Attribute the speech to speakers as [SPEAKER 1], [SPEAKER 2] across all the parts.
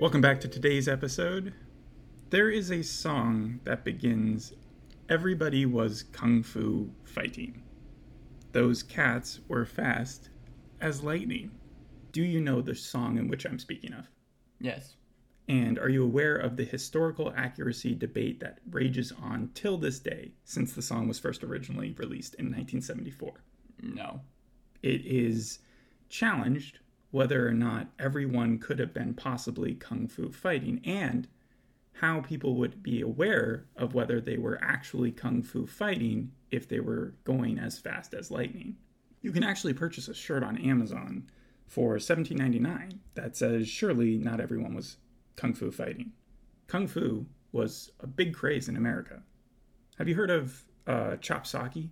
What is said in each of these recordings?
[SPEAKER 1] Welcome back to today's episode. There is a song that begins Everybody was kung fu fighting. Those cats were fast as lightning. Do you know the song in which I'm speaking of?
[SPEAKER 2] Yes.
[SPEAKER 1] And are you aware of the historical accuracy debate that rages on till this day since the song was first originally released in 1974?
[SPEAKER 2] No.
[SPEAKER 1] It is challenged whether or not everyone could have been possibly kung fu fighting and how people would be aware of whether they were actually kung fu fighting if they were going as fast as lightning. You can actually purchase a shirt on Amazon for $17.99 that says, Surely not everyone was kung fu fighting. Kung fu was a big craze in America. Have you heard of uh, chop sake?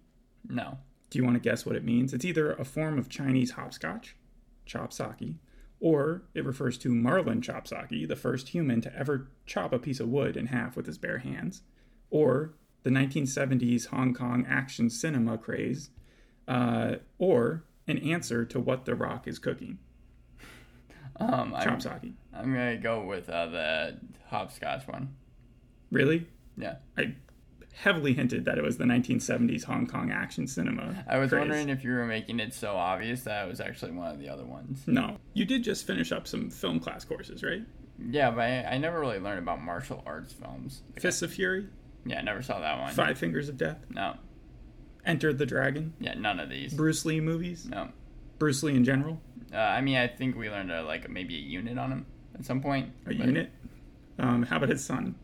[SPEAKER 2] No.
[SPEAKER 1] Do you want to guess what it means? It's either a form of Chinese hopscotch, chop sake, or it refers to Marlin chop sake, the first human to ever chop a piece of wood in half with his bare hands, or the 1970s Hong Kong action cinema craze, uh, or an answer to what The Rock is cooking,
[SPEAKER 2] Um, I'm,
[SPEAKER 1] chop sake.
[SPEAKER 2] I'm gonna go with uh, the hopscotch one.
[SPEAKER 1] Really?
[SPEAKER 2] Yeah.
[SPEAKER 1] I heavily hinted that it was the 1970s Hong Kong action cinema.
[SPEAKER 2] I was
[SPEAKER 1] craze.
[SPEAKER 2] wondering if you were making it so obvious that it was actually one of the other ones.
[SPEAKER 1] No. You did just finish up some film class courses, right?
[SPEAKER 2] Yeah, but I, I never really learned about martial arts films.
[SPEAKER 1] Fists of Fury,
[SPEAKER 2] Yeah, I never saw that one.
[SPEAKER 1] Five Fingers of Death,
[SPEAKER 2] No.
[SPEAKER 1] Enter the Dragon,
[SPEAKER 2] Yeah, none of these.
[SPEAKER 1] Bruce Lee movies,
[SPEAKER 2] No.
[SPEAKER 1] Bruce Lee in general,
[SPEAKER 2] Uh, I mean, I think we learned uh, like maybe a unit on him at some point.
[SPEAKER 1] a
[SPEAKER 2] but-
[SPEAKER 1] unit. Um, how about his son?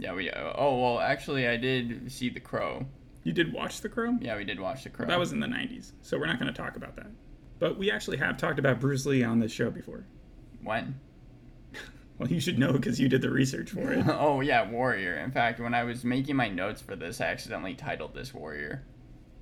[SPEAKER 2] Yeah, we. Oh well, actually, I did see The Crow.
[SPEAKER 1] You did watch The Crow?
[SPEAKER 2] Yeah, we did watch The Crow.
[SPEAKER 1] That was in the 90s, so we're not going to talk about that. But we actually have talked about Bruce Lee on this show before.
[SPEAKER 2] when.
[SPEAKER 1] Well, you should know because you did the research for it.
[SPEAKER 2] oh yeah, warrior. In fact, when I was making my notes for this, I accidentally titled this warrior.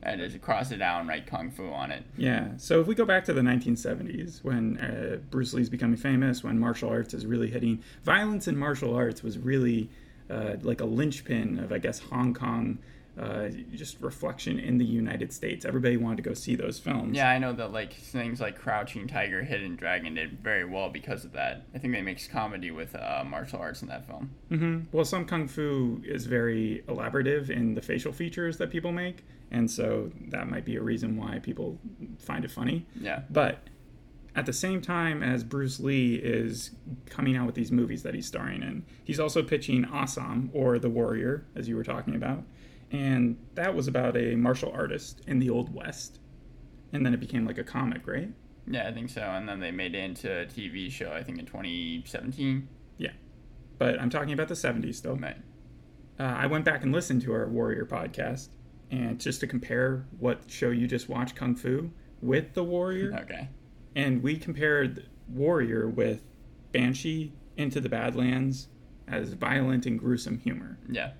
[SPEAKER 2] I just crossed it out and write kung fu on it.
[SPEAKER 1] Yeah. So if we go back to the 1970s, when uh, Bruce Lee's becoming famous, when martial arts is really hitting, violence in martial arts was really uh, like a linchpin of, I guess, Hong Kong, uh, just reflection in the United States. Everybody wanted to go see those films.
[SPEAKER 2] Yeah, I know that like things like Crouching Tiger, Hidden Dragon did very well because of that. I think they mixed comedy with uh, martial arts in that film.
[SPEAKER 1] hmm Well, some kung fu is very elaborative in the facial features that people make, and so that might be a reason why people find it funny.
[SPEAKER 2] Yeah,
[SPEAKER 1] But at the same time as Bruce Lee is coming out with these movies that he's starring in, he's also pitching Assam or The Warrior, as you were talking about. And that was about a martial artist in the Old West. And then it became like a comic, right?
[SPEAKER 2] yeah, I think so. And then they made it into a TV show. I think in 2017.
[SPEAKER 1] Yeah. But I'm talking about the 70s still.
[SPEAKER 2] Right.
[SPEAKER 1] Uh, I went back and listened to our Warrior podcast and just to compare what show you just watched, Kung Fu, with The Warrior.
[SPEAKER 2] Okay.
[SPEAKER 1] and we compared Warrior with Banshee into the Badlands as violent and gruesome humor.
[SPEAKER 2] Yeah.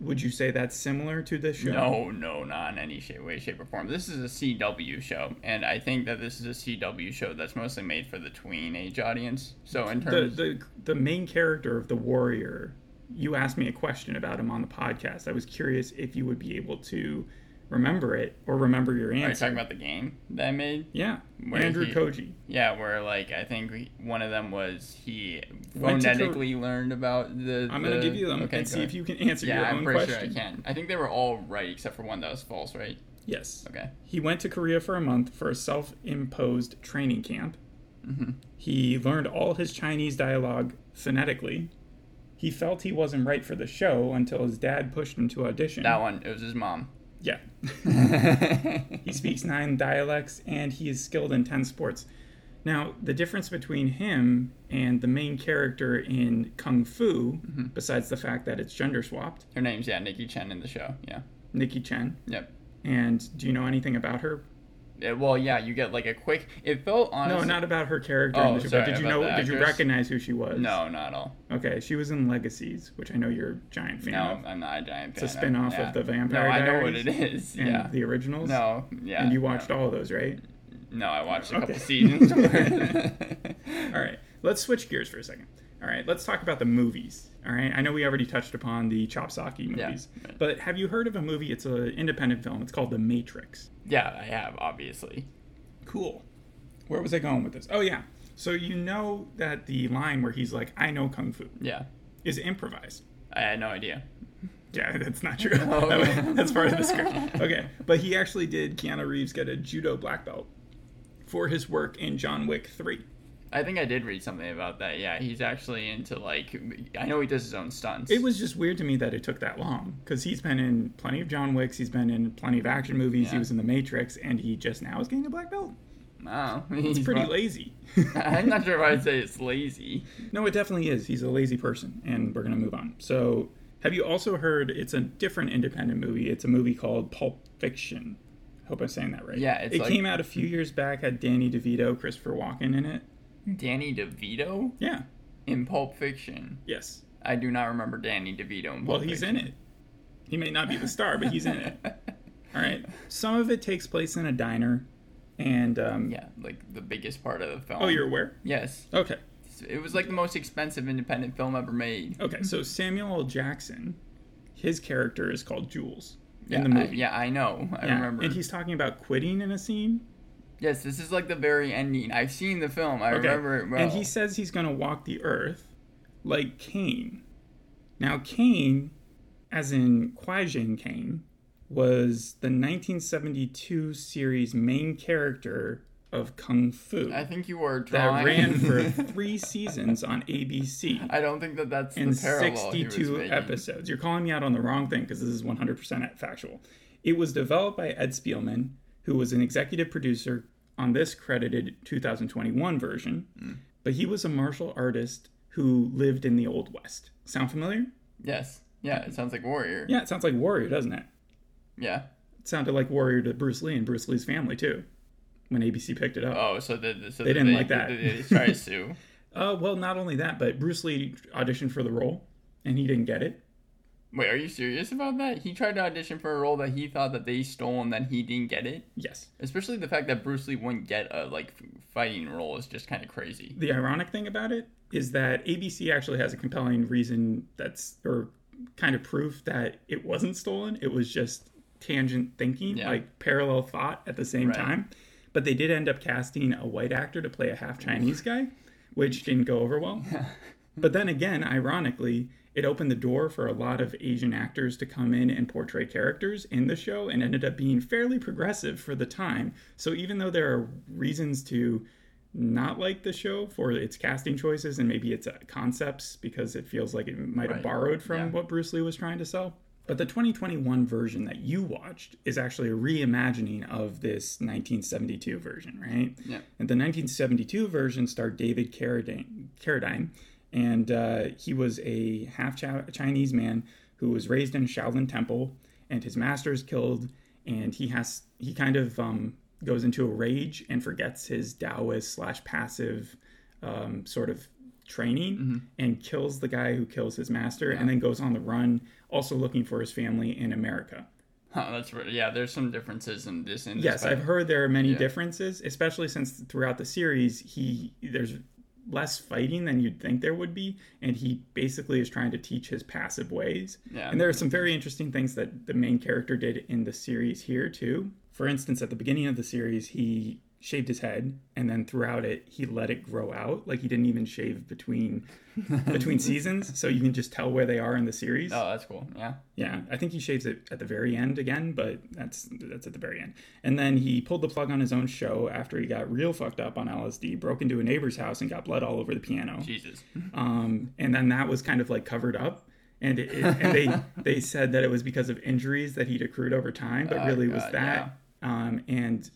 [SPEAKER 1] Would you say that's similar to this show?
[SPEAKER 2] No, no, not in any shape, way, shape, or form. This is a CW show, and I think that this is a CW show that's mostly made for the tween age audience. So in
[SPEAKER 1] The
[SPEAKER 2] terms,
[SPEAKER 1] the the main character of the Warrior. You asked me a question about him on the podcast. I was curious if you would be able to remember it or remember your
[SPEAKER 2] are you
[SPEAKER 1] answer.
[SPEAKER 2] talking about the game that I made?
[SPEAKER 1] yeah,
[SPEAKER 2] Where
[SPEAKER 1] Andrew
[SPEAKER 2] he-
[SPEAKER 1] Koji.
[SPEAKER 2] Yeah, where like I think we- one of them was he
[SPEAKER 1] Went to Kor-
[SPEAKER 2] phonetically learned about the.
[SPEAKER 1] I'm gonna
[SPEAKER 2] the-
[SPEAKER 1] give you them
[SPEAKER 2] Okay,
[SPEAKER 1] and
[SPEAKER 2] go
[SPEAKER 1] see if
[SPEAKER 2] ahead.
[SPEAKER 1] you can answer
[SPEAKER 2] Yeah,
[SPEAKER 1] your
[SPEAKER 2] I'm
[SPEAKER 1] own
[SPEAKER 2] pretty
[SPEAKER 1] question.
[SPEAKER 2] sure I can. I think they were all right except for one that was false, right?
[SPEAKER 1] Yes.
[SPEAKER 2] Okay.
[SPEAKER 1] He went to Korea for a month for a self imposed training camp.
[SPEAKER 2] Mm-hmm.
[SPEAKER 1] He learned all his Chinese dialogue phonetically. He felt he wasn't right for the show until his dad pushed him to audition.
[SPEAKER 2] That one, it was his mom.
[SPEAKER 1] Yeah.
[SPEAKER 2] yeah,
[SPEAKER 1] he speaks nine dialects and he is skilled in 10 sports. Now, the difference between him and the main character in Kung Fu,
[SPEAKER 2] Mm-hmm.
[SPEAKER 1] besides the fact that it's gender swapped,
[SPEAKER 2] her name's yeah Nikki Chen in the show. Yeah.
[SPEAKER 1] Nikki Chen.
[SPEAKER 2] Yep.
[SPEAKER 1] And do you know anything about her?
[SPEAKER 2] Yeah, well, yeah, you get like a quick. Uh, It felt honestly.
[SPEAKER 1] No, not about her character. in
[SPEAKER 2] Oh,
[SPEAKER 1] the show,
[SPEAKER 2] sorry,
[SPEAKER 1] but did you
[SPEAKER 2] about
[SPEAKER 1] know?
[SPEAKER 2] the
[SPEAKER 1] Did you
[SPEAKER 2] actress?
[SPEAKER 1] recognize who she was?
[SPEAKER 2] No, not at all.
[SPEAKER 1] Okay, she was in Legacies, which I know you're a giant fan
[SPEAKER 2] No,
[SPEAKER 1] of.
[SPEAKER 2] I'm not a giant fan.
[SPEAKER 1] It's a spin-off
[SPEAKER 2] yeah.
[SPEAKER 1] of the Vampire
[SPEAKER 2] No, I know what
[SPEAKER 1] Diaries
[SPEAKER 2] it is.
[SPEAKER 1] And
[SPEAKER 2] Yeah.
[SPEAKER 1] the originals.
[SPEAKER 2] No, Mm-hmm. yeah.
[SPEAKER 1] And you watched all of those, right?
[SPEAKER 2] No, I watched a
[SPEAKER 1] Okay.
[SPEAKER 2] couple seasons. worth.
[SPEAKER 1] All right. Let's switch gears for a second. All right. Let's talk about the movies. All right. I know we already touched upon the Chop Saki movies,
[SPEAKER 2] right.
[SPEAKER 1] but have you heard of a movie? It's an independent film. It's called The Matrix.
[SPEAKER 2] yeah, I have obviously.
[SPEAKER 1] Cool. Where was I going with this? Oh yeah. So you know that the line where he's like, "I know kung fu,"
[SPEAKER 2] Yeah.
[SPEAKER 1] is improvised.
[SPEAKER 2] I had no idea.
[SPEAKER 1] Yeah, that's not true.
[SPEAKER 2] Oh,
[SPEAKER 1] That
[SPEAKER 2] okay.
[SPEAKER 1] was- that's part of the script. Okay, but he actually did. Keanu Reeves get a judo black belt for his work in John Wick Three.
[SPEAKER 2] I think I did read something about that. Yeah, he's actually into like I know he does his own stunts.
[SPEAKER 1] It was just weird to me that it took that long because he's been in plenty of John Wicks, he's been in plenty of action movies, he
[SPEAKER 2] Yeah.
[SPEAKER 1] was in The Matrix, and he just now is getting a black belt.
[SPEAKER 2] wow.
[SPEAKER 1] It's
[SPEAKER 2] Oh, he's
[SPEAKER 1] pretty
[SPEAKER 2] pro-
[SPEAKER 1] lazy.
[SPEAKER 2] I'm not sure if I'd say it's lazy.
[SPEAKER 1] No, it definitely is. He's a lazy person, and we're going to move on. So, have you also heard it's a different independent movie? It's a movie called Pulp Fiction. Hope I'm saying that right.
[SPEAKER 2] Yeah, it's
[SPEAKER 1] it
[SPEAKER 2] like-
[SPEAKER 1] came out a few years back. Had Danny DeVito, Christopher Walken in it.
[SPEAKER 2] Danny DeVito
[SPEAKER 1] Yeah.
[SPEAKER 2] in Pulp Fiction.
[SPEAKER 1] Yes.
[SPEAKER 2] I do not remember Danny DeVito in Pulp
[SPEAKER 1] Well, he's in
[SPEAKER 2] Fiction.
[SPEAKER 1] it. He may not be the star, but he's in it. All right. Some of it takes place in a diner, and um,
[SPEAKER 2] yeah, like the biggest part of the film.
[SPEAKER 1] Oh, you're aware.
[SPEAKER 2] Yes.
[SPEAKER 1] Okay.
[SPEAKER 2] It was like the most expensive independent film ever made.
[SPEAKER 1] Okay. So Samuel L. Jackson, his character is called Jules
[SPEAKER 2] Yeah,
[SPEAKER 1] in the
[SPEAKER 2] I,
[SPEAKER 1] movie.
[SPEAKER 2] yeah, I know. I
[SPEAKER 1] Yeah,
[SPEAKER 2] remember.
[SPEAKER 1] And he's talking about quitting in a scene.
[SPEAKER 2] Yes, this is like the very ending. I've seen the film. I remember it well.
[SPEAKER 1] And he says he's going to walk the earth like Cain. Now, Cain, as in Kwajin Cain, was the 1972 series main character of Kung Fu
[SPEAKER 2] I think you were
[SPEAKER 1] that
[SPEAKER 2] drawing.
[SPEAKER 1] ran for three seasons on ABC.
[SPEAKER 2] I don't think that that's
[SPEAKER 1] in
[SPEAKER 2] the parallel he was
[SPEAKER 1] 62
[SPEAKER 2] making.
[SPEAKER 1] episodes. You're calling me out on the wrong thing because this is 100% factual. It was developed by Ed Spielman, who was an executive producer on this credited 2021 version,
[SPEAKER 2] Mm.
[SPEAKER 1] but he was a martial artist who lived in the Old West. Sound familiar?
[SPEAKER 2] Yes. Yeah, it sounds like Warrior.
[SPEAKER 1] Yeah, it sounds like Warrior, doesn't it?
[SPEAKER 2] Yeah.
[SPEAKER 1] It sounded like Warrior to Bruce Lee and Bruce Lee's family, too, when ABC picked it up.
[SPEAKER 2] Oh, so, the, so
[SPEAKER 1] They
[SPEAKER 2] the-
[SPEAKER 1] didn't like that.
[SPEAKER 2] They, they tried to sue.
[SPEAKER 1] Uh, well, not only that, but Bruce Lee auditioned for the role and he didn't get it.
[SPEAKER 2] Wait, are you serious about that? He tried to audition for a role that he thought that they stole and then he didn't get it.
[SPEAKER 1] Yes.
[SPEAKER 2] Especially the fact that Bruce Lee wouldn't get a like fighting role is just kind of crazy.
[SPEAKER 1] the ironic thing about it is that ABC actually has a compelling reason that's or kind of proof that it wasn't stolen. It was just tangent thinking,
[SPEAKER 2] Yeah.
[SPEAKER 1] like parallel thought at the same
[SPEAKER 2] Right.
[SPEAKER 1] time. But they did end up casting a white actor to play a half Chinese guy, which didn't go over well. but then again, ironically, it opened the door for a lot of Asian actors to come in and portray characters in the show and ended up being fairly progressive for the time. So even though there are reasons to not like the show for its casting choices and maybe its uh, concepts because it feels like it might have
[SPEAKER 2] Right.
[SPEAKER 1] borrowed from
[SPEAKER 2] Yeah.
[SPEAKER 1] what Bruce Lee was trying to sell. But the 2021 version that you watched is actually a reimagining of this 1972 version, right?
[SPEAKER 2] Yeah.
[SPEAKER 1] And the 1972 version starred David Carradine, Carradine and uh, he was a half Chow- Chinese man who was raised in Shaolin Temple, and his master is killed, and he has he kind of um, goes into a rage and forgets his Taoist slash passive um, sort of training and kills the guy who kills his master, and then goes on the run, also looking for his family in America.
[SPEAKER 2] Huh, Oh, that's re- yeah. There's some differences in this. In this
[SPEAKER 1] Yes,
[SPEAKER 2] fight.
[SPEAKER 1] I've heard there are many
[SPEAKER 2] Yeah.
[SPEAKER 1] differences, especially since throughout the series he there's less fighting than you'd think there would be, and he basically is trying to teach his passive ways.
[SPEAKER 2] Yeah.
[SPEAKER 1] And there are some very interesting things that the main character did in the series here too. For instance, at the beginning of the series, he shaved his head, and then throughout it, he let it grow out. Like he didn't even shave between between seasons, so you can just tell where they are in the series.
[SPEAKER 2] Oh, that's cool. Yeah.
[SPEAKER 1] Yeah, I think he shaves it at the very end again, but that's that's at the very end. And then he pulled the plug on his own show after he got real fucked up on LSD, broke into a neighbor's house, and got blood all over the piano.
[SPEAKER 2] Jesus.
[SPEAKER 1] Um, and then that was kind of like covered up, and it, it- and they they said that it was because of injuries that he'd accrued over time, but
[SPEAKER 2] Oh,
[SPEAKER 1] really was
[SPEAKER 2] God,
[SPEAKER 1] that. Um, and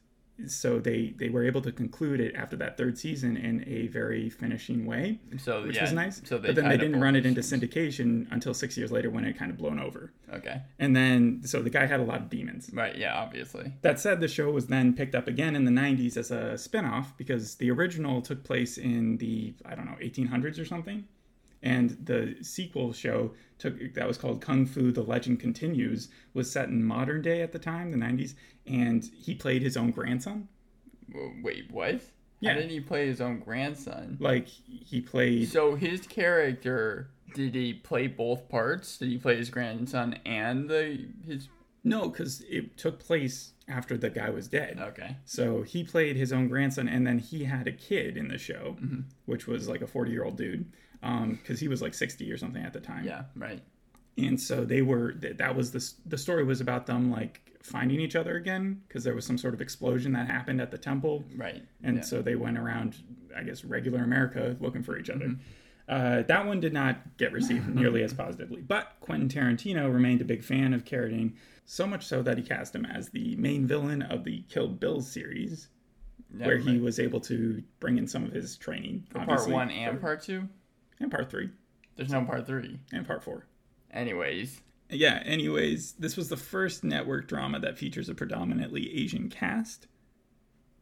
[SPEAKER 1] so they they were able to conclude it after that third season in a very finishing way
[SPEAKER 2] So
[SPEAKER 1] which
[SPEAKER 2] yeah.
[SPEAKER 1] was nice
[SPEAKER 2] So they
[SPEAKER 1] but then
[SPEAKER 2] tied
[SPEAKER 1] they
[SPEAKER 2] up
[SPEAKER 1] didn't
[SPEAKER 2] all
[SPEAKER 1] run it
[SPEAKER 2] the
[SPEAKER 1] into
[SPEAKER 2] shoes.
[SPEAKER 1] syndication until six years later when it kind of blown over
[SPEAKER 2] Okay.
[SPEAKER 1] and then, so the guy had a lot of demons.
[SPEAKER 2] Right. Yeah. Obviously.
[SPEAKER 1] That said, the show was then picked up again in the 90s as a spinoff because the original took place in the, I don't know, 1800s or something. And the sequel show took that was called Kung Fu The Legend Continues was set in modern day at the time, the 90s, and he played his own grandson.
[SPEAKER 2] W- Wait. What?
[SPEAKER 1] Yeah.
[SPEAKER 2] How did he play his own grandson?
[SPEAKER 1] Like he played
[SPEAKER 2] So his character. Did he play both parts? Did he play his grandson and the his
[SPEAKER 1] No, because it took place after the guy was dead.
[SPEAKER 2] Okay.
[SPEAKER 1] So he played his own grandson, and then he had a kid in the show, which was like a 40 year old dude, because he was like 60 or something at the time.
[SPEAKER 2] Yeah. Right.
[SPEAKER 1] And so they were, th- that was the, s- the story was about them like finding each other again, because there was some sort of explosion that happened at the temple.
[SPEAKER 2] Right.
[SPEAKER 1] And
[SPEAKER 2] yeah.
[SPEAKER 1] so they went around, I guess, regular America looking for each
[SPEAKER 2] Mm-hmm.
[SPEAKER 1] other. Uh, that one did not get received nearly as positively, but Quentin Tarantino remained a big fan of Carradine, so much so that he cast him as the main villain of the Kill Bill series,
[SPEAKER 2] Yeah,
[SPEAKER 1] where he
[SPEAKER 2] right.
[SPEAKER 1] was able to bring in some of his training.
[SPEAKER 2] part
[SPEAKER 1] obviously,
[SPEAKER 2] one and part two.
[SPEAKER 1] and part three,
[SPEAKER 2] There's no part three.
[SPEAKER 1] and part four.
[SPEAKER 2] Anyways,
[SPEAKER 1] Yeah, anyways, this was the first network drama that features a predominantly Asian cast,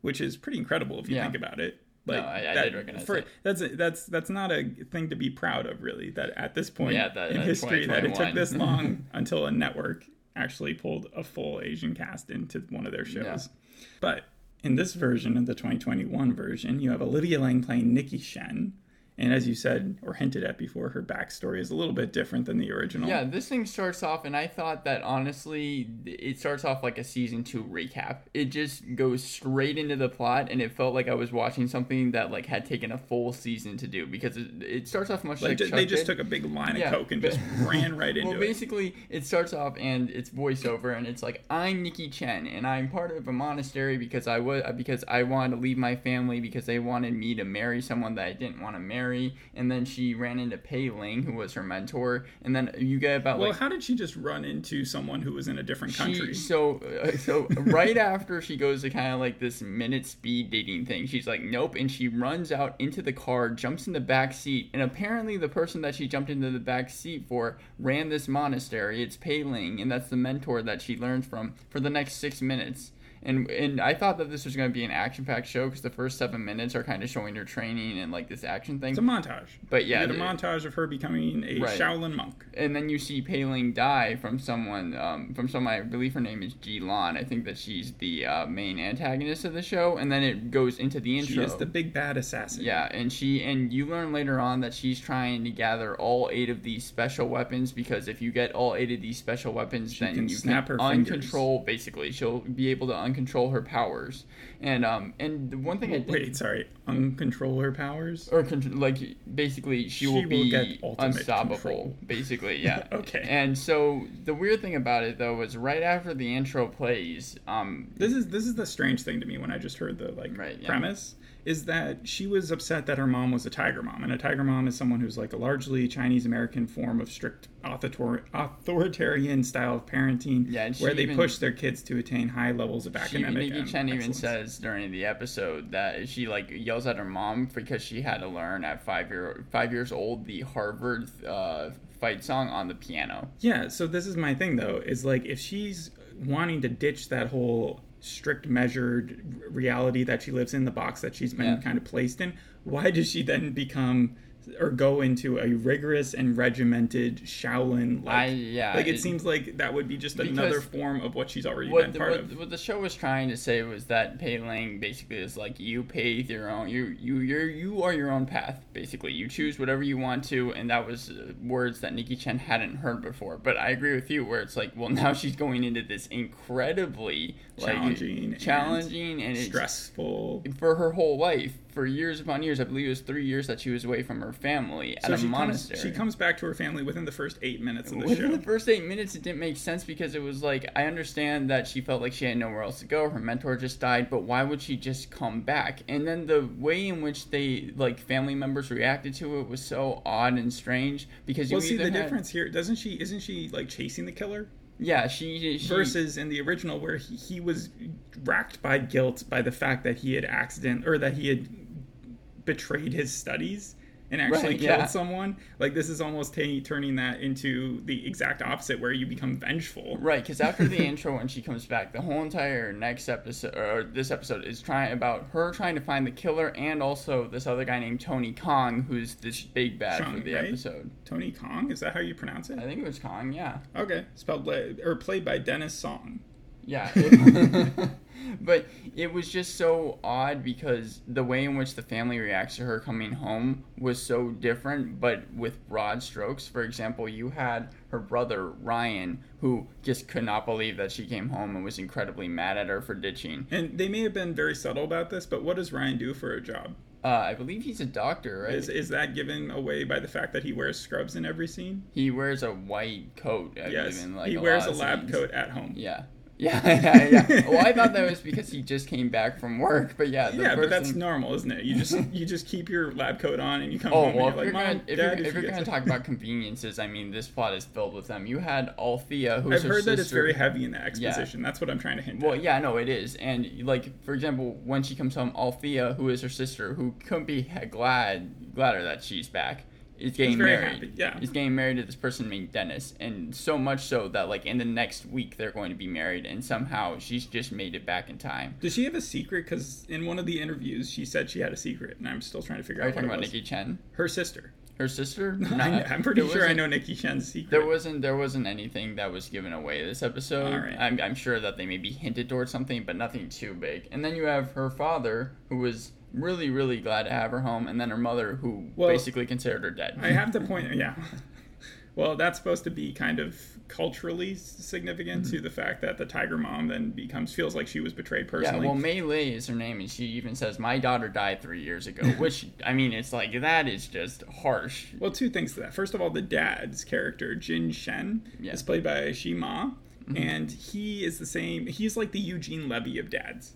[SPEAKER 1] which is pretty incredible if you
[SPEAKER 2] Yeah.
[SPEAKER 1] think about it.
[SPEAKER 2] No, I- I did recognize that.
[SPEAKER 1] That's that's that's not a thing to be proud of, really. That at this point
[SPEAKER 2] Yeah, that-
[SPEAKER 1] in
[SPEAKER 2] that
[SPEAKER 1] history, that it took
[SPEAKER 2] 2021.
[SPEAKER 1] this long until a network actually pulled a full Asian cast into one of their shows.
[SPEAKER 2] Yeah.
[SPEAKER 1] But in this version of the 2021 version, you have Olivia Lang playing Nikki Shen. And as you said or hinted at before, her backstory is a little bit different than the original.
[SPEAKER 2] yeah, this thing starts off, and I thought that honestly, it starts off like a season two recap. It just goes straight into the plot, and it felt like I was watching something that like had taken a full season to do because it, it starts off much
[SPEAKER 1] Like
[SPEAKER 2] like
[SPEAKER 1] ju- they
[SPEAKER 2] Chuck
[SPEAKER 1] just
[SPEAKER 2] did.
[SPEAKER 1] took a big line
[SPEAKER 2] Yeah,
[SPEAKER 1] of coke and
[SPEAKER 2] but-
[SPEAKER 1] just ran right into
[SPEAKER 2] Well,
[SPEAKER 1] it.
[SPEAKER 2] basically, it starts off and it's voiceover, and it's like I'm Nikki Chen, and I'm part of a monastery because I was because I wanted to leave my family because they wanted me to marry someone that I didn't want to marry, and then she ran into Pei Ling, who was her mentor, and then you get about
[SPEAKER 1] Well,
[SPEAKER 2] like
[SPEAKER 1] how did she just run into someone who was in a different country?
[SPEAKER 2] she, so uh, so right after she goes to kind of like this minute speed dating thing, she's like, nope, and she runs out into the car, jumps in the back seat, and apparently the person that she jumped into the back seat for ran this monastery. It's Peiling, and that's the mentor that she learns from for the next six minutes. And, and I thought that this was going to be an action packed show because the first seven minutes are kind of showing her training and like this action thing.
[SPEAKER 1] it's a montage.
[SPEAKER 2] But yeah,
[SPEAKER 1] you get a
[SPEAKER 2] it-
[SPEAKER 1] montage of her becoming a
[SPEAKER 2] Right.
[SPEAKER 1] Shaolin monk.
[SPEAKER 2] and then you see Paling die from someone, um, from someone I believe her name is Ji Lan. I think that she's the uh, main antagonist of the show, and then it goes into the intro.
[SPEAKER 1] She is the big bad assassin.
[SPEAKER 2] yeah, and she and you learn later on that she's trying to gather all eight of these special weapons because if you get all eight of these special weapons, then
[SPEAKER 1] can
[SPEAKER 2] you
[SPEAKER 1] snap
[SPEAKER 2] can
[SPEAKER 1] her fingers.
[SPEAKER 2] uncontrol. Basically, she'll be able to uncontrol her powers. And um, and the one thing I did,
[SPEAKER 1] Wait, sorry, uncontrol her powers.
[SPEAKER 2] or contr- like basically she, will
[SPEAKER 1] will
[SPEAKER 2] be
[SPEAKER 1] get ultimate
[SPEAKER 2] unstoppable
[SPEAKER 1] control.
[SPEAKER 2] basically yeah
[SPEAKER 1] Okay.
[SPEAKER 2] and so the weird thing about it though is right after the intro plays um
[SPEAKER 1] This is this is the strange thing to me when I just heard the like
[SPEAKER 2] Right, yeah.
[SPEAKER 1] premise is that she was upset that her mom was a tiger mom, and a tiger mom is someone who's like a largely Chinese American form of strict author- authoritarian style of parenting,
[SPEAKER 2] Yeah, and she
[SPEAKER 1] where they
[SPEAKER 2] even-
[SPEAKER 1] push their kids to attain high levels of
[SPEAKER 2] she,
[SPEAKER 1] academic.
[SPEAKER 2] Nikki
[SPEAKER 1] and
[SPEAKER 2] Chen even
[SPEAKER 1] excellence.
[SPEAKER 2] says during the episode that she like yells at her mom because she had to learn at five year five years old the Harvard uh, fight song on the piano.
[SPEAKER 1] Yeah, so this is my thing though, is like if she's wanting to ditch that whole strict measured r- reality that she lives in, the box that she's been
[SPEAKER 2] Yeah.
[SPEAKER 1] kind of placed in, why does she then become or go into a rigorous and regimented Shaolin
[SPEAKER 2] I
[SPEAKER 1] like
[SPEAKER 2] yeah
[SPEAKER 1] like it, seems like that would be just another
[SPEAKER 2] Because-
[SPEAKER 1] form of what she's already
[SPEAKER 2] what
[SPEAKER 1] been
[SPEAKER 2] the,
[SPEAKER 1] part
[SPEAKER 2] what,
[SPEAKER 1] of.
[SPEAKER 2] what the show was trying to say was that Pei Ling basically is like you pay your own you you you you are your own path basically you choose whatever you want to and that was uh, words that Nikki Chen hadn't heard before but I agree with you where it's like well now she's going into this incredibly like,
[SPEAKER 1] Challenging and
[SPEAKER 2] challenging and it's
[SPEAKER 1] Stressful.
[SPEAKER 2] for her whole life for years upon years I believe it was three years that she was away from her family at
[SPEAKER 1] So
[SPEAKER 2] a
[SPEAKER 1] she comes,
[SPEAKER 2] monastery
[SPEAKER 1] she comes back to her family within the first eight minutes of the
[SPEAKER 2] Within
[SPEAKER 1] show.
[SPEAKER 2] the first eight minutes, it didn't make sense because it was like I understand that she felt like she had nowhere else to go. Her mentor just died, but why would she just come back? And then the way in which they like family members reacted to it was so odd and strange because you
[SPEAKER 1] Well, see
[SPEAKER 2] either
[SPEAKER 1] the
[SPEAKER 2] had-
[SPEAKER 1] difference here. Doesn't she? Isn't she like chasing the killer?
[SPEAKER 2] Yeah, she, she
[SPEAKER 1] versus in the original where he, he was racked by guilt by the fact that he had accident or that he had betrayed his studies and actually
[SPEAKER 2] Right,
[SPEAKER 1] killed
[SPEAKER 2] yeah.
[SPEAKER 1] someone like this is almost ta- turning that into the exact opposite where you become vengeful
[SPEAKER 2] Right, because after the intro, when she comes back, the whole entire next episode or this episode is trying about her trying to find the killer and also this other guy named Tony Kong, who's this big bad for
[SPEAKER 1] Chung,
[SPEAKER 2] the
[SPEAKER 1] right?
[SPEAKER 2] episode.
[SPEAKER 1] tony kong is that how you pronounce
[SPEAKER 2] I
[SPEAKER 1] it
[SPEAKER 2] think it was Kong, yeah.
[SPEAKER 1] okay spelled la- or played by dennis song
[SPEAKER 2] Yeah. it- but it was just so odd because the way in which the family reacts to her coming home was so different, but with broad strokes. For example, you had her brother, Ryan, who just could not believe that she came home and was incredibly mad at her for ditching.
[SPEAKER 1] And they may have been very subtle about this, but what does Ryan do for a job?
[SPEAKER 2] Uh, I believe he's a doctor, right?
[SPEAKER 1] Is is that given away by the fact that he wears scrubs in every scene?
[SPEAKER 2] He wears a white coat. I
[SPEAKER 1] Yes,
[SPEAKER 2] believe, in, like,
[SPEAKER 1] he
[SPEAKER 2] a
[SPEAKER 1] wears
[SPEAKER 2] lot
[SPEAKER 1] a
[SPEAKER 2] of
[SPEAKER 1] lab
[SPEAKER 2] scenes.
[SPEAKER 1] coat at home.
[SPEAKER 2] Yeah. Yeah, yeah, yeah. Well, I thought that was because he just came back from work, but yeah, the
[SPEAKER 1] yeah, but
[SPEAKER 2] first
[SPEAKER 1] that's
[SPEAKER 2] thing-
[SPEAKER 1] normal, isn't it? You just you just keep your lab coat on and you come
[SPEAKER 2] Oh
[SPEAKER 1] home
[SPEAKER 2] well, if
[SPEAKER 1] and you're
[SPEAKER 2] you're
[SPEAKER 1] like, Mom,
[SPEAKER 2] gonna, if you're,
[SPEAKER 1] Dad,
[SPEAKER 2] if
[SPEAKER 1] she
[SPEAKER 2] you're
[SPEAKER 1] gets
[SPEAKER 2] gonna
[SPEAKER 1] it."
[SPEAKER 2] talk about conveniences, I mean, this plot is filled with them. You had Althea, who's
[SPEAKER 1] I've
[SPEAKER 2] her
[SPEAKER 1] heard
[SPEAKER 2] sister.
[SPEAKER 1] that it's very heavy in the exposition. That's what I'm trying to hint
[SPEAKER 2] well,
[SPEAKER 1] at.
[SPEAKER 2] yeah, no, it is. And like, for example, when she comes home, Althea, who is her sister, who couldn't be ha- glad gladder that she's back, is getting
[SPEAKER 1] very
[SPEAKER 2] married.
[SPEAKER 1] happy, yeah.
[SPEAKER 2] is getting married to this person named Dennis, and so much so that like in the next week they're going to be married, and somehow she's just made it back in time.
[SPEAKER 1] Does she have a secret? Because in one of the interviews, she said she had a secret, and I'm still trying to figure
[SPEAKER 2] Are you
[SPEAKER 1] out what
[SPEAKER 2] talking
[SPEAKER 1] it
[SPEAKER 2] about
[SPEAKER 1] was.
[SPEAKER 2] Nikki Chen,
[SPEAKER 1] Her sister.
[SPEAKER 2] her sister?
[SPEAKER 1] I
[SPEAKER 2] Nah,
[SPEAKER 1] know, I'm pretty
[SPEAKER 2] there
[SPEAKER 1] sure I
[SPEAKER 2] wasn't-
[SPEAKER 1] know Nikki Chen's secret.
[SPEAKER 2] There wasn't there wasn't anything that was given away this episode.
[SPEAKER 1] All right.
[SPEAKER 2] I'm, I'm sure that they maybe hinted towards something, but nothing too big. And then you have her father, who was really really glad to have her home, and then her mother, who
[SPEAKER 1] Well,
[SPEAKER 2] basically considered her dead.
[SPEAKER 1] I have to point, yeah. Well, that's supposed to be kind of culturally significant to the fact that the tiger mom then becomes feels like she was betrayed
[SPEAKER 2] Mm-hmm. yeah,
[SPEAKER 1] personally.
[SPEAKER 2] well, May Lay is her name, and she even says, "My daughter died three years ago," which I mean, it's like that is just harsh.
[SPEAKER 1] Well, two things to that. First of all, the dad's character, Jin Shen,
[SPEAKER 2] Yeah. Mm-hmm.
[SPEAKER 1] is played by Shima, and he is the same. He's like the Eugene Levy of dads.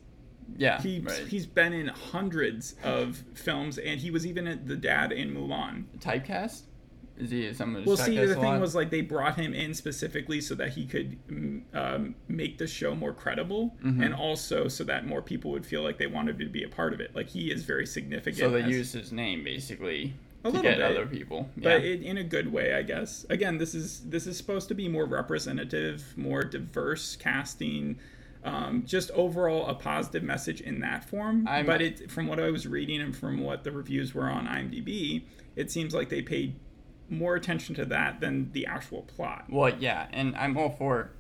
[SPEAKER 2] Yeah,
[SPEAKER 1] He
[SPEAKER 2] right.
[SPEAKER 1] he's been in hundreds of films, and he was even the dad in Mulan.
[SPEAKER 2] typecast. Is he someone? who's
[SPEAKER 1] Well, see,
[SPEAKER 2] typecast
[SPEAKER 1] the
[SPEAKER 2] a lot?
[SPEAKER 1] thing was like they brought him in specifically so that he could mm, um, make the show more credible,
[SPEAKER 2] Mm-hmm.
[SPEAKER 1] and also so that more people would feel like they wanted to be a part of it. Like he is very significant.
[SPEAKER 2] so they
[SPEAKER 1] as-
[SPEAKER 2] used his name basically
[SPEAKER 1] A
[SPEAKER 2] to
[SPEAKER 1] little
[SPEAKER 2] get
[SPEAKER 1] bit.
[SPEAKER 2] other people. Yeah.
[SPEAKER 1] but it, in a good way, I guess. Again, this is this is supposed to be more representative, more diverse casting. Um, just overall a positive message in that form
[SPEAKER 2] I'm-
[SPEAKER 1] but it from what i was reading and from what the reviews were on imdb it seems like they paid more attention to that than the actual plot
[SPEAKER 2] Well, yeah, and I'm all for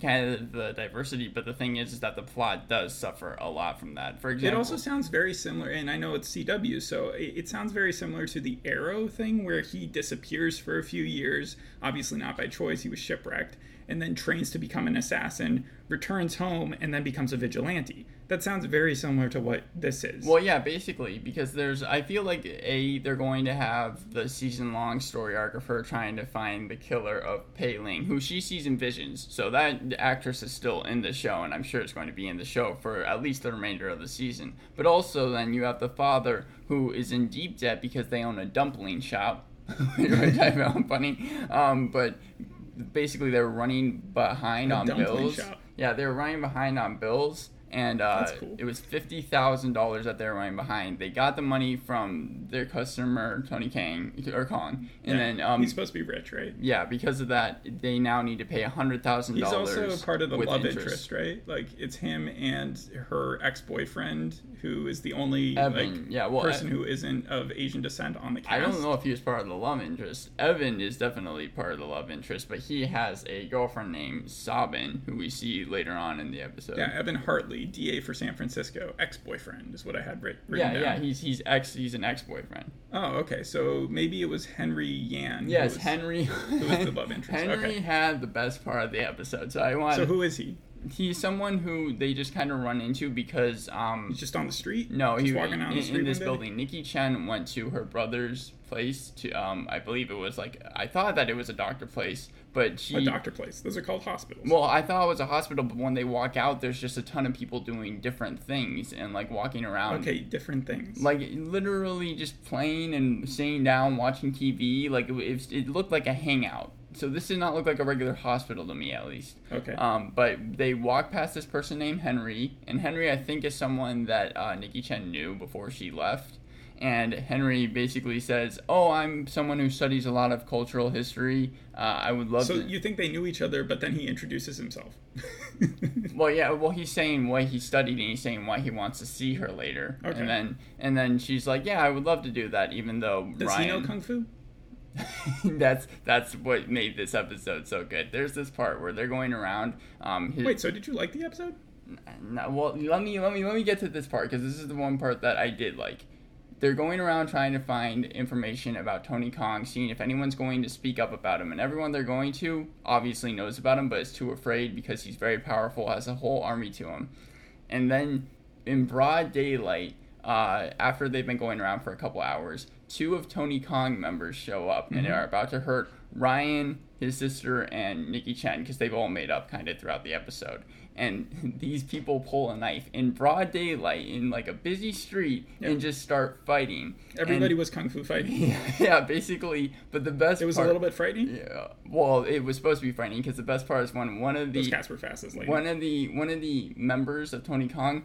[SPEAKER 2] kind of the diversity, but the thing is, is that the plot does suffer a lot from that. For
[SPEAKER 1] It
[SPEAKER 2] example,
[SPEAKER 1] also sounds very similar, and I know it's CW, so it, it sounds very similar to the Arrow thing where he disappears for a few years, obviously not by choice, he was shipwrecked, and then trains to become an assassin, returns home, and then becomes a vigilante. That sounds very similar to what this is.
[SPEAKER 2] well, yeah, basically, because there's, I feel like a they're going to have the season long story arc of her trying to find the killer of Pei Ling, who she sees in visions. So that actress is still in the show, and I'm sure it's going to be in the show for at least the remainder of the season. But also, then you have the father who is in deep debt because they own a dumpling shop. Which I found funny, um, but basically they were running behind on
[SPEAKER 1] dumpling
[SPEAKER 2] bills.
[SPEAKER 1] shop.
[SPEAKER 2] Yeah, they were running behind on bills, and uh,
[SPEAKER 1] That's cool.
[SPEAKER 2] it was fifty thousand dollars that they were running behind. They got the money from their customer Tony Kang or Kong,
[SPEAKER 1] Yeah.
[SPEAKER 2] and then um,
[SPEAKER 1] he's supposed to be rich, right?
[SPEAKER 2] yeah, because of that, they now need to pay hundred thousand
[SPEAKER 1] He's
[SPEAKER 2] dollars.
[SPEAKER 1] also part of the love interest. right? Like it's him and her ex-boyfriend, who is the only
[SPEAKER 2] Evan,
[SPEAKER 1] like
[SPEAKER 2] yeah, well,
[SPEAKER 1] person
[SPEAKER 2] I-
[SPEAKER 1] who isn't of Asian descent on the cast.
[SPEAKER 2] I don't know if he was part of the love interest. Evan is definitely part of the love interest, but he has a girlfriend named Sabin, who we see later on in the episode.
[SPEAKER 1] Yeah, Evan Hartley, DA for San Francisco, ex-boyfriend is what I had writ- written
[SPEAKER 2] yeah,
[SPEAKER 1] down.
[SPEAKER 2] yeah, he's he's ex he's an ex boyfriend.
[SPEAKER 1] Oh, okay. So maybe it was Henry Yan. who
[SPEAKER 2] Yes,
[SPEAKER 1] was-
[SPEAKER 2] Henry.
[SPEAKER 1] was the love interest?
[SPEAKER 2] Henry
[SPEAKER 1] Okay.
[SPEAKER 2] had the best part of the episode, so I want.
[SPEAKER 1] So who is he?
[SPEAKER 2] he's someone who they just kind of run into because um
[SPEAKER 1] He's just on the street?
[SPEAKER 2] no
[SPEAKER 1] just
[SPEAKER 2] he
[SPEAKER 1] walking down
[SPEAKER 2] in,
[SPEAKER 1] the street
[SPEAKER 2] in this
[SPEAKER 1] one day?
[SPEAKER 2] building. Nikki Chen went to her brother's place to um I believe it was like I thought that it was a doctor place, but she
[SPEAKER 1] A doctor place. Those are called hospitals.
[SPEAKER 2] well, I thought it was a hospital, but when they walk out, there's just a ton of people doing different things and like walking around.
[SPEAKER 1] okay, different things.
[SPEAKER 2] um, Like literally just playing and sitting down, watching TV. Like it, it, it looked like a hangout. So this did not look like a regular hospital to me, at least.
[SPEAKER 1] okay.
[SPEAKER 2] Um, but they walk past this person named Henry, and Henry I think is someone that uh, Nikki Chen knew before she left. And Henry basically says, "Oh, I'm someone who studies a lot of cultural history. Uh, I would love
[SPEAKER 1] so
[SPEAKER 2] to."
[SPEAKER 1] you think they knew each other, but then he introduces himself.
[SPEAKER 2] Well, yeah. Well, he's saying why he studied, and he's saying why he wants to see her later.
[SPEAKER 1] Okay.
[SPEAKER 2] And then, and then she's like, "Yeah, I would love to do that." Even though
[SPEAKER 1] Does
[SPEAKER 2] Ryan,
[SPEAKER 1] he know kung fu?
[SPEAKER 2] that's that's what made this episode so good. There's this part where they're going around. Um, his,
[SPEAKER 1] Wait, so did you like the episode?
[SPEAKER 2] no, well, let me let me let me get to this part because this is the one part that I did like. They're going around trying to find information about Tony Kong, seeing if anyone's going to speak up about him. And everyone they're going to obviously knows about him, but is too afraid because he's very powerful, has a whole army to him. And then in broad daylight, uh, after they've been going around for a couple hours, two of Tony Kong members show up
[SPEAKER 1] Mm-hmm.
[SPEAKER 2] and are about to hurt Ryan, his sister, and Nikki Chen because they've all made up kind of throughout the episode. And these people pull a knife in broad daylight in like a busy street and just start fighting. And-
[SPEAKER 1] Everybody was kung fu fighting.
[SPEAKER 2] yeah, basically. But the best
[SPEAKER 1] It was a
[SPEAKER 2] part,
[SPEAKER 1] little bit frightening.
[SPEAKER 2] yeah, well, it was supposed to be frightening because the best part is when one of the
[SPEAKER 1] Those cats were fast as lightning.
[SPEAKER 2] one of the one of the members of Tony Kong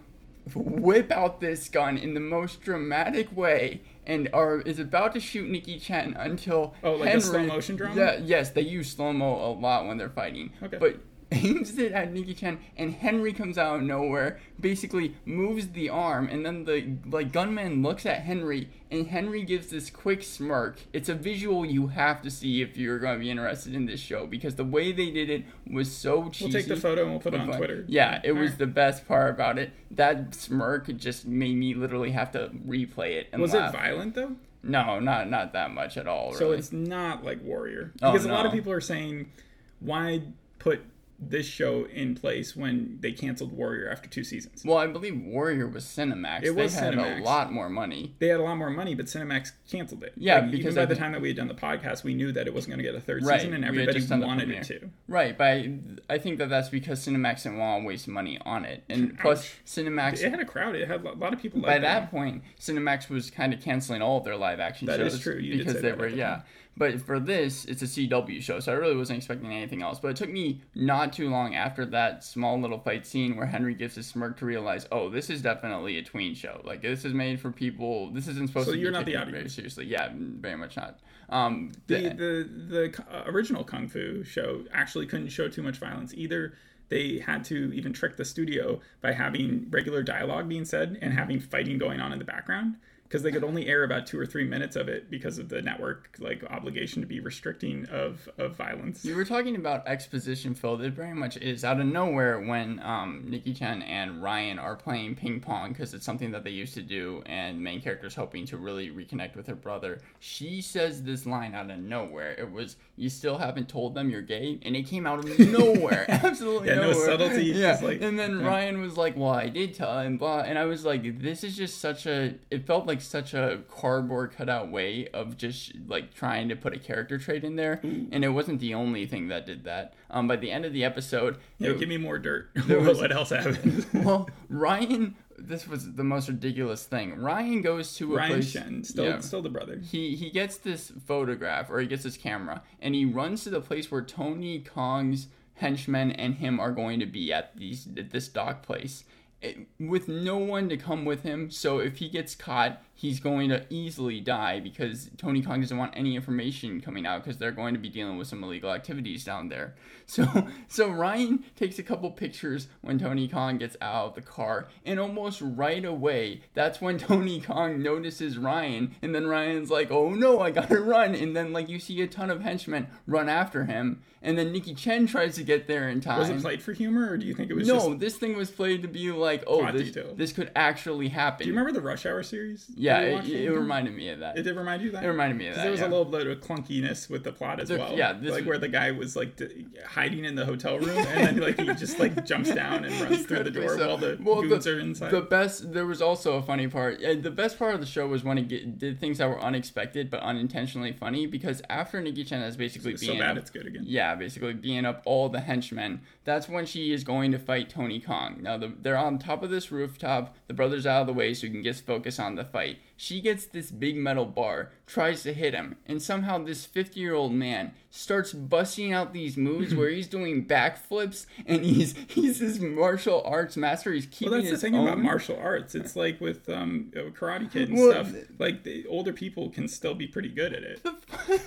[SPEAKER 2] whip out this gun in the most dramatic way and are is about to shoot Nikki Chen until
[SPEAKER 1] Oh, like a
[SPEAKER 2] Henry,
[SPEAKER 1] slow motion drama?
[SPEAKER 2] Yeah, yes, they use slow mo a lot when they're fighting.
[SPEAKER 1] Okay.
[SPEAKER 2] But aims it at Nikki Chen and Henry comes out of nowhere, basically moves the arm and then the like gunman looks at Henry and Henry gives this quick smirk. It's a visual you have to see if you're going to be interested in this show because the way they did it was so cheesy.
[SPEAKER 1] We'll take the photo and we'll put it on
[SPEAKER 2] But-
[SPEAKER 1] Twitter.
[SPEAKER 2] Yeah, it was
[SPEAKER 1] Alright.
[SPEAKER 2] the best part about it. That smirk just made me literally have to replay it and
[SPEAKER 1] Was it
[SPEAKER 2] laugh.
[SPEAKER 1] violent though?
[SPEAKER 2] no, not not that much at all. Really.
[SPEAKER 1] So it's not like Warrior.
[SPEAKER 2] Oh,
[SPEAKER 1] Because a lot of
[SPEAKER 2] no.
[SPEAKER 1] people are saying, why put this show in place when they canceled Warrior after two seasons?
[SPEAKER 2] well, I believe Warrior was Cinemax.
[SPEAKER 1] It
[SPEAKER 2] they
[SPEAKER 1] was
[SPEAKER 2] had a
[SPEAKER 1] Cinemax.
[SPEAKER 2] lot more money.
[SPEAKER 1] They had a lot more money, but Cinemax canceled it.
[SPEAKER 2] Yeah,
[SPEAKER 1] Like,
[SPEAKER 2] because
[SPEAKER 1] even by
[SPEAKER 2] I
[SPEAKER 1] the
[SPEAKER 2] think-
[SPEAKER 1] time that we had done the podcast, we knew that it wasn't going to get a third
[SPEAKER 2] Right,
[SPEAKER 1] season, and
[SPEAKER 2] we had
[SPEAKER 1] everybody
[SPEAKER 2] just done the
[SPEAKER 1] wanted it to.
[SPEAKER 2] Right, but I, I think that that's because Cinemax didn't want to waste money on it, and plus
[SPEAKER 1] Ouch.
[SPEAKER 2] Cinemax.
[SPEAKER 1] It had a crowd. It had a lot of people.
[SPEAKER 2] by
[SPEAKER 1] Like
[SPEAKER 2] that point, Cinemax was kind of canceling all of their live action
[SPEAKER 1] That
[SPEAKER 2] shows.
[SPEAKER 1] is true. You did
[SPEAKER 2] because
[SPEAKER 1] say
[SPEAKER 2] they
[SPEAKER 1] that
[SPEAKER 2] were
[SPEAKER 1] at the
[SPEAKER 2] yeah.
[SPEAKER 1] time.
[SPEAKER 2] But for this, it's a CW show, so I really wasn't expecting anything else. But it took me not too long after that small little fight scene where Henry gives his smirk to realize, oh, this is definitely a tween show. Like this is made for people. This isn't supposed
[SPEAKER 1] So
[SPEAKER 2] to. be
[SPEAKER 1] you're not the
[SPEAKER 2] taken very
[SPEAKER 1] audience.
[SPEAKER 2] seriously. Yeah, very much not. Um,
[SPEAKER 1] the
[SPEAKER 2] the-
[SPEAKER 1] the, the uh, original kung fu show actually couldn't show too much violence either they had to even trick the studio by having regular dialogue being said
[SPEAKER 2] Mm-hmm.
[SPEAKER 1] and having fighting going on in the background because they could only air about two or three minutes of it because of the network like obligation to be restricting of of violence
[SPEAKER 2] You were talking about exposition, Phil. It very much is out of nowhere when um, Nikki Chen and Ryan are playing ping pong because it's something that they used to do, and the main character's hoping to really reconnect with her brother. She says this line out of nowhere. It was, "You still haven't told them you're gay," and it came out of nowhere, absolutely
[SPEAKER 1] Yeah, no
[SPEAKER 2] nowhere.
[SPEAKER 1] subtlety,
[SPEAKER 2] Yeah,
[SPEAKER 1] just like-
[SPEAKER 2] and then
[SPEAKER 1] yeah.
[SPEAKER 2] Ryan was like, "Well, I did tell," and blah. And I was like, "This is just such a." It felt like such a cardboard cutout way of just like trying to put a character trait in there, and it wasn't the only thing that did that. Um, by the end of the episode,
[SPEAKER 1] yeah,
[SPEAKER 2] it-
[SPEAKER 1] give me more dirt
[SPEAKER 2] was-
[SPEAKER 1] what else happened
[SPEAKER 2] well, Ryan, this was the most ridiculous thing. Ryan goes to a
[SPEAKER 1] ryan
[SPEAKER 2] place.
[SPEAKER 1] shen still
[SPEAKER 2] yeah.
[SPEAKER 1] still the brother
[SPEAKER 2] He, he gets this photograph or he gets this camera and he runs to the place where Tony Kong's henchmen and him are going to be at these at this dock place it, with no one to come with him. So if he gets caught, he's going to easily die because Tony Kong doesn't want any information coming out because they're going to be dealing with some illegal activities down there. So so Ryan takes a couple pictures when Tony Kong gets out of the car, and almost right away, that's when Tony Kong notices Ryan, and then Ryan's like, "Oh no, I gotta run!" And then like you see a ton of henchmen run after him, and then Nikki Chen tries to get there in time.
[SPEAKER 1] was it played for humor or do you think it was just
[SPEAKER 2] No,
[SPEAKER 1] do
[SPEAKER 2] this thing was played to be like, oh,
[SPEAKER 1] Plot
[SPEAKER 2] this,
[SPEAKER 1] detail.
[SPEAKER 2] this could actually happen.
[SPEAKER 1] you remember the rush hour series that
[SPEAKER 2] yeah,
[SPEAKER 1] we
[SPEAKER 2] it,
[SPEAKER 1] watched
[SPEAKER 2] it
[SPEAKER 1] all the time?
[SPEAKER 2] reminded me of that.
[SPEAKER 1] It did remind you of that.
[SPEAKER 2] It reminded me of
[SPEAKER 1] 'Cause
[SPEAKER 2] that,
[SPEAKER 1] There was
[SPEAKER 2] yeah.
[SPEAKER 1] a little bit of clunkiness with the plot as
[SPEAKER 2] There-
[SPEAKER 1] well.
[SPEAKER 2] yeah, this
[SPEAKER 1] like
[SPEAKER 2] is-
[SPEAKER 1] where the guy was like d- hiding in the hotel room, and then like he just like jumps down and runs through the door
[SPEAKER 2] Incredibly so.
[SPEAKER 1] while the
[SPEAKER 2] Well,
[SPEAKER 1] goons are inside.
[SPEAKER 2] The best. There was also a funny part. Uh, The best part of the show was when it get, did things that were unexpected but unintentionally funny. Because after Nikki Chen has basically
[SPEAKER 1] so
[SPEAKER 2] being
[SPEAKER 1] bad
[SPEAKER 2] up-
[SPEAKER 1] it's good again.
[SPEAKER 2] yeah, basically being up all the henchmen. That's when she is going to fight Tony Kong. Now the, they're on top of this rooftop. The brother's out of the way so you can just focus on the fight. She gets this big metal bar, tries to hit him, and somehow this 50 year old man starts busting out these moves where he's doing backflips and he's he's this martial arts master. He's keeping
[SPEAKER 1] Well, that's the
[SPEAKER 2] his
[SPEAKER 1] thing
[SPEAKER 2] own.
[SPEAKER 1] about martial arts. It's like with um, Karate Kid and
[SPEAKER 2] Well,
[SPEAKER 1] stuff. Like the older people can still be pretty good at it.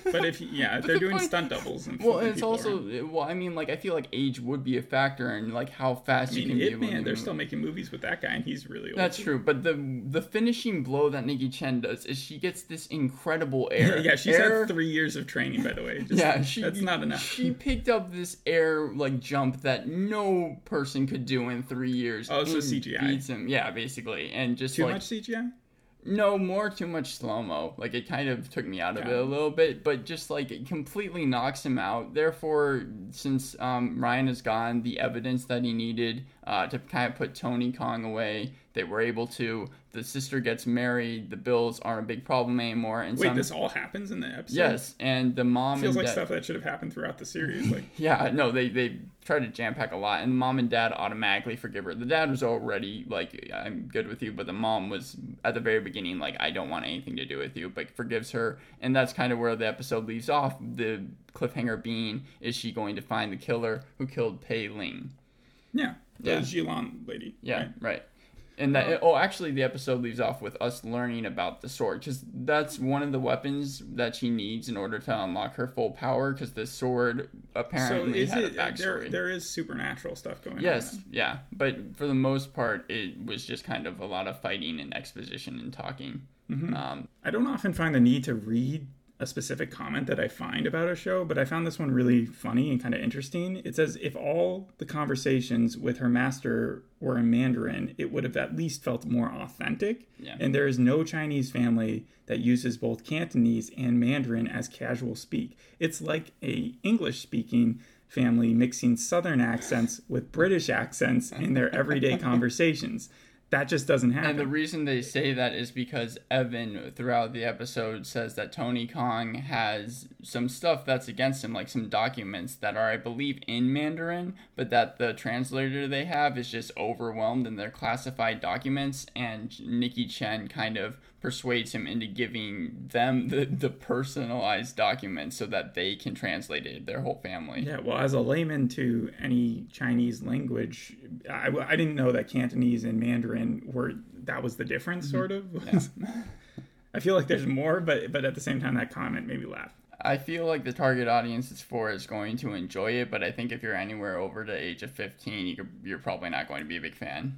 [SPEAKER 1] But if yeah, they're doing stunt doubles. And
[SPEAKER 2] Well,
[SPEAKER 1] flipping
[SPEAKER 2] and it's
[SPEAKER 1] people
[SPEAKER 2] also
[SPEAKER 1] around.
[SPEAKER 2] well. I mean, like I feel like age would be a factor, and like how fast
[SPEAKER 1] I mean,
[SPEAKER 2] you can be able
[SPEAKER 1] Ip Man,
[SPEAKER 2] to
[SPEAKER 1] they're
[SPEAKER 2] move.
[SPEAKER 1] still making movies with that guy, and he's really old.
[SPEAKER 2] That's true, but the the finishing blow that Nikki Chen does is she gets this incredible air.
[SPEAKER 1] yeah, she's
[SPEAKER 2] Air-
[SPEAKER 1] had three years of training, by the way. Just,
[SPEAKER 2] Yeah, she,
[SPEAKER 1] that's not enough.
[SPEAKER 2] She picked up this air like jump that no person could do in three years.
[SPEAKER 1] Oh, so
[SPEAKER 2] and
[SPEAKER 1] CGI.
[SPEAKER 2] beats him. Yeah, basically, and just
[SPEAKER 1] Too
[SPEAKER 2] like
[SPEAKER 1] much CGI.
[SPEAKER 2] no more too much slow mo. Like it kind of took me out of
[SPEAKER 1] Yeah.
[SPEAKER 2] it a little bit, but just like it completely knocks him out. Therefore, since um, Ryan is gone, the evidence that he needed uh, to kind of put Tony Kong away, they were able to. The sister gets married. The bills aren't a big problem anymore. And
[SPEAKER 1] Wait,
[SPEAKER 2] some,
[SPEAKER 1] this all happens in the episode.
[SPEAKER 2] yes, and the mom
[SPEAKER 1] feels
[SPEAKER 2] and
[SPEAKER 1] like
[SPEAKER 2] dad-
[SPEAKER 1] stuff that should have happened throughout the series. Like,
[SPEAKER 2] Yeah, no, they they try to jam pack a lot, and mom and dad automatically forgive her. The dad was already like, "I'm good with you," but the mom was at the very beginning like, "I don't want anything to do with you," but forgives her, and that's kind of where the episode leaves off. The cliffhanger being, is she going to find the killer who killed Pei Ling?
[SPEAKER 1] yeah, the
[SPEAKER 2] Yeah.
[SPEAKER 1] Gilan lady.
[SPEAKER 2] Yeah,
[SPEAKER 1] right?
[SPEAKER 2] right. And that oh, actually, the episode leaves off with us learning about the sword because that's one of the weapons that she needs in order to unlock her full power. Because the sword
[SPEAKER 1] So
[SPEAKER 2] apparently
[SPEAKER 1] is
[SPEAKER 2] had
[SPEAKER 1] it uh,
[SPEAKER 2] a backstory.
[SPEAKER 1] there? There is supernatural stuff going on.
[SPEAKER 2] Yes, yeah, but for the most part, it was just kind of a lot of fighting and exposition and talking.
[SPEAKER 1] Mm-hmm.
[SPEAKER 2] Um,
[SPEAKER 1] I don't often find the need to read a specific comment that I find about a show, but I found this one really funny and kind of interesting. It says, If all the conversations with her master were in Mandarin, it would have at least felt more authentic.
[SPEAKER 2] Yeah.
[SPEAKER 1] And there is no Chinese family that uses both Cantonese and Mandarin as casual speak. It's like a English speaking family mixing southern accents with British accents in their everyday conversations. That just doesn't happen.
[SPEAKER 2] and the reason they say that is because Evan, throughout the episode, says that Tony Kong has some stuff that's against him, like some documents that are, I believe, in Mandarin, but that the translator they have is just overwhelmed and they're classified documents. And Nikki Chen kind of persuades him into giving them the, the personalized documents so that they can translate it, their whole family.
[SPEAKER 1] Yeah, well, as a layman to any Chinese language, I, I didn't know that Cantonese and Mandarin were that was the difference, sort of. I feel like there's more, but but at the same time, that comment made me laugh.
[SPEAKER 2] I feel like the target audience it's for is going to enjoy it, but I think if you're anywhere over the age of 15, you could, you're probably not going to be a big fan.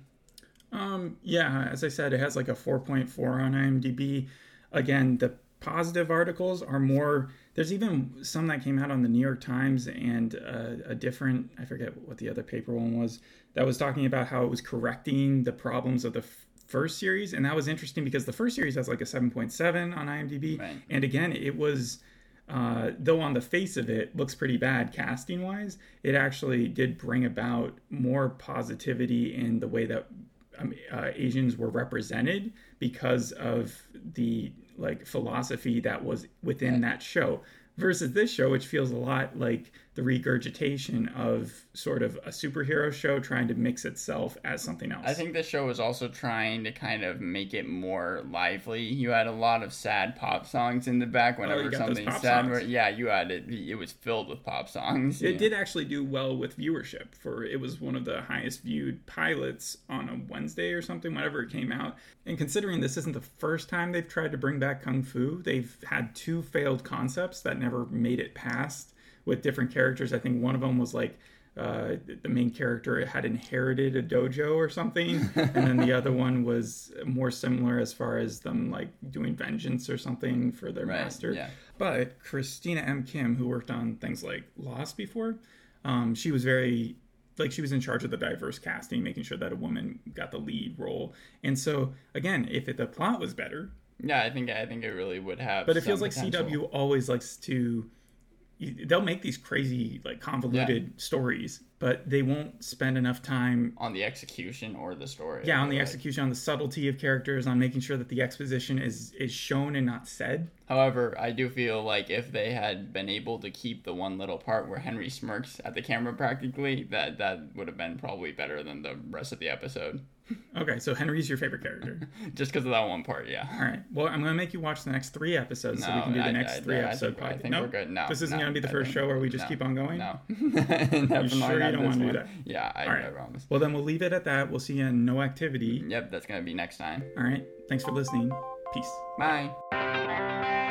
[SPEAKER 1] Um, yeah, as I said, it has like a 4.4 on IMDb. Again, the positive articles are more. There's even some that came out on the New York Times and uh, a different, I forget what the other paper one was, that was talking about how it was correcting the problems of the f- first series. And that was interesting because the first series has like a 7.7 on IMDb.
[SPEAKER 2] Right.
[SPEAKER 1] And again, it was. Uh, though on the face of it looks pretty bad casting wise, it actually did bring about more positivity in the way that um, uh, Asians were represented because of the like philosophy that was within that show versus this show, which feels a lot like the regurgitation of sort of a superhero show trying to mix itself as something else.
[SPEAKER 2] I think this show was also trying to kind of make it more lively. You had a lot of sad pop songs in the back whenever
[SPEAKER 1] Oh, got those
[SPEAKER 2] something
[SPEAKER 1] pop
[SPEAKER 2] sad.
[SPEAKER 1] songs?
[SPEAKER 2] Were, yeah, you had it. It was filled with pop songs.
[SPEAKER 1] It
[SPEAKER 2] yeah.
[SPEAKER 1] did actually do well with viewership for it was one of the highest viewed pilots on a Wednesday or something whenever it came out. And considering this isn't the first time they've tried to bring back kung fu, they've had two failed concepts that never made it past with different characters. I think one of them was like uh, the main character had inherited a dojo or something, and then the other one was more similar as far as them like doing vengeance or something for their
[SPEAKER 2] Right,
[SPEAKER 1] master.
[SPEAKER 2] yeah.
[SPEAKER 1] But Christina M. Kim, who worked on things like Lost before, um, she was very like she was in charge of the diverse casting, making sure that a woman got the lead role. And so again, if it, the plot was better,
[SPEAKER 2] Yeah, I think I think it really would have.
[SPEAKER 1] but it feels like CW always likes to they'll make these crazy like convoluted stories, but they won't spend enough time
[SPEAKER 2] on the execution or the story.
[SPEAKER 1] yeah, on the
[SPEAKER 2] Like,
[SPEAKER 1] execution, on the subtlety of characters, on making sure that the exposition is is shown and not said.
[SPEAKER 2] However, I do feel like if they had been able to keep the one little part where Henry smirks at the camera practically, that that would have been probably better than the rest of the episode.
[SPEAKER 1] Okay, so Henry's your favorite character.
[SPEAKER 2] Just because of that one part, yeah.
[SPEAKER 1] All right. Well, I'm going to make you watch the next three episodes so we
[SPEAKER 2] No,
[SPEAKER 1] can do the
[SPEAKER 2] I-
[SPEAKER 1] next
[SPEAKER 2] I-
[SPEAKER 1] three
[SPEAKER 2] I
[SPEAKER 1] episode
[SPEAKER 2] think- I
[SPEAKER 1] podcast.
[SPEAKER 2] think we're good. No,
[SPEAKER 1] this isn't
[SPEAKER 2] no,
[SPEAKER 1] going to be the
[SPEAKER 2] I
[SPEAKER 1] first
[SPEAKER 2] think-
[SPEAKER 1] show where we just
[SPEAKER 2] no,
[SPEAKER 1] keep on going.
[SPEAKER 2] No. Definitely
[SPEAKER 1] sure you
[SPEAKER 2] not
[SPEAKER 1] don't
[SPEAKER 2] this
[SPEAKER 1] wanna do
[SPEAKER 2] one.
[SPEAKER 1] that?
[SPEAKER 2] Yeah, I,
[SPEAKER 1] All right.
[SPEAKER 2] I promise.
[SPEAKER 1] Well, then we'll leave it at that. We'll see you in No Activity.
[SPEAKER 2] Yep, that's going to be next time.
[SPEAKER 1] All right. Thanks for listening. Peace.
[SPEAKER 2] Bye.